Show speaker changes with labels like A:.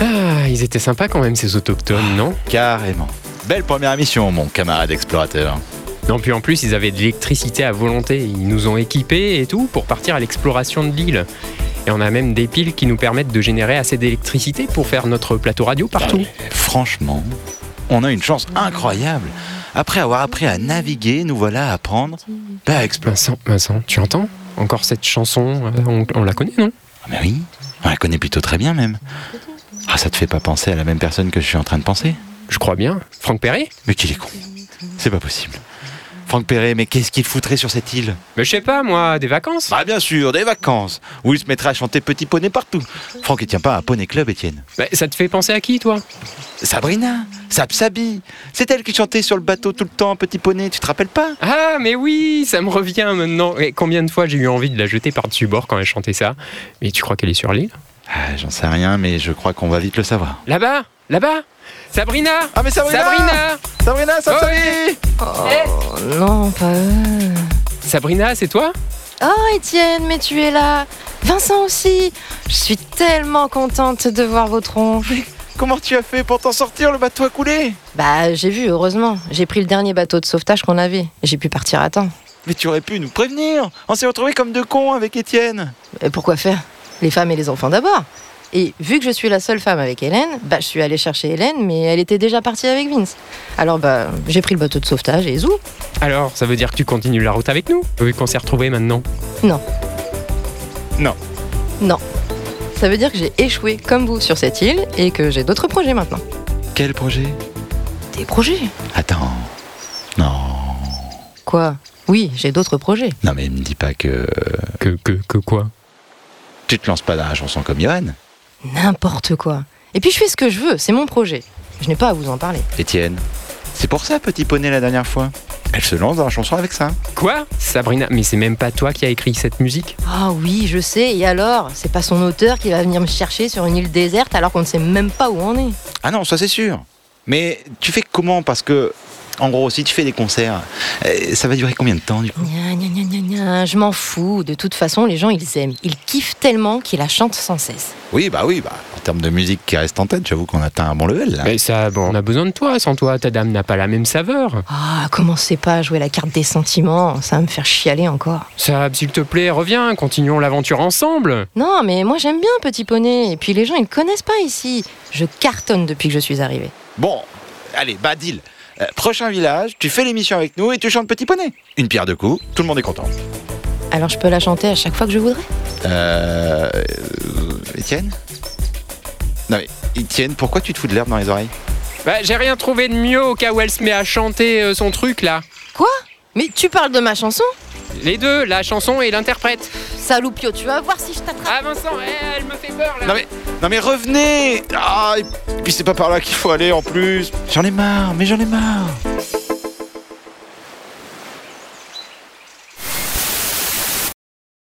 A: Ah, ils étaient sympas quand même, ces autochtones, non
B: Carrément. Belle première émission, mon camarade explorateur.
A: Non, puis en plus, ils avaient de l'électricité à volonté. Ils nous ont équipés et tout pour partir à l'exploration de l'île. Et on a même des piles qui nous permettent de générer assez d'électricité pour faire notre plateau radio partout.
B: Franchement, on a une chance incroyable. Après avoir appris à naviguer, nous voilà à apprendre bah, à explorer.
A: Vincent, Vincent, tu entends Encore cette chanson, euh, on, on la connaît, non
B: Ah, mais oui, on la connaît plutôt très bien même. Ah, ça te fait pas penser à la même personne que je suis en train de penser
A: Je crois bien. Franck Perret
B: Mais qu'il est con. C'est pas possible. Franck Perret, mais qu'est-ce qu'il foutrait sur cette île
A: Mais je sais pas, moi, des vacances
B: Bah bien sûr, des vacances, où il se mettra à chanter Petit Poney partout. Franck, il tient pas à un Poney Club, Étienne.
A: Bah, Ça te fait penser à qui, toi
B: Sabrina, Sapsabi, c'est elle qui chantait sur le bateau tout le temps Petit Poney, tu te rappelles pas
A: Ah, mais oui, ça me revient maintenant. Et combien de fois j'ai eu envie de la jeter par-dessus bord quand elle chantait ça Mais tu crois qu'elle est sur l'île
B: Ah, j'en sais rien, mais je crois qu'on va vite le savoir.
A: Là-bas Là-bas Sabrina
B: Ah mais Sabrina
A: Sabrina Oh.
B: Sabrina, Sapsabi
C: Non, pas eux.
A: Sabrina, c'est toi
C: Oh, Étienne, mais tu es là. Vincent aussi. Je suis tellement contente de voir vos tronches.
B: Comment tu as fait pour t'en sortir Le bateau a coulé
C: Bah, j'ai vu, heureusement. J'ai pris le dernier bateau de sauvetage qu'on avait. J'ai pu partir à temps.
B: Mais tu aurais pu nous prévenir On s'est retrouvés comme deux cons avec Étienne
C: Et Euh, pourquoi faire Les femmes et les enfants d'abord. Et vu que je suis la seule femme avec Hélène, bah, je suis allée chercher Hélène, mais elle était déjà partie avec Vince. Alors, bah, j'ai pris le bateau de sauvetage et zou.
A: Alors, ça veut dire que tu continues la route avec nous Vu qu'on s'est retrouvés maintenant.
C: Ça veut dire que j'ai échoué comme vous sur cette île et que j'ai d'autres projets maintenant.
B: Quel projet
C: Des projets
B: Attends. Non.
C: Quoi Oui, j'ai d'autres projets.
B: Non mais me dis pas que euh,
A: Que, que, que quoi
B: tu te lances pas dans la chanson comme Johan.
C: N'importe quoi. Et puis je fais ce que je veux, c'est mon projet. Je n'ai pas à vous en parler.
B: Étienne. C'est pour ça Petit Poney la dernière fois. Elle se lance dans la chanson avec ça.
A: Quoi Sabrina, mais c'est même pas toi qui as écrit cette musique
C: Ah oui, je sais, et alors C'est pas son auteur qui va venir me chercher sur une île déserte alors qu'on ne sait même pas où on est.
B: Ah non, ça c'est sûr. Mais tu fais comment Parce que, en gros, si tu fais des concerts, euh, ça va durer combien de temps du coup
C: Gna, gna, gna, gna, gna, je m'en fous. De toute façon, les gens, ils aiment. Ils kiffent tellement qu'ils la chantent sans cesse.
B: Oui, bah oui, bah, en termes de musique qui reste en tête, j'avoue qu'on atteint un bon level là.
A: Mais ça, bon, on a besoin de toi. Sans toi, ta dame n'a pas la même saveur.
C: Ah, commencez pas à jouer la carte des sentiments, ça va me faire chialer encore.
A: Ça, s'il te plaît, reviens, continuons l'aventure ensemble.
C: Non, mais moi j'aime bien Petit Poney, et puis les gens, ils connaissent pas ici. Je cartonne depuis que je suis arrivée.
B: Bon, allez, bah deal. Euh, prochain village, tu fais l'émission avec nous et tu chantes Petit Poney. Une pierre de coups, tout le monde est content.
C: Alors je peux la chanter à chaque fois que je voudrais
B: Euh. euh, Étienne Non mais, Étienne, pourquoi tu te fous de l'herbe dans les oreilles
A: Bah, j'ai rien trouvé de mieux au cas où elle se met à chanter euh, son truc là.
C: Quoi Mais tu parles de ma chanson
A: Les deux, la chanson et l'interprète.
C: Salopio, tu vas voir si je t'attrape.
A: Ah Vincent, eh, elle me fait peur là.
B: Non mais, non mais revenez Ah, et puis c'est pas par là qu'il faut aller en plus. J'en ai marre, mais j'en ai marre.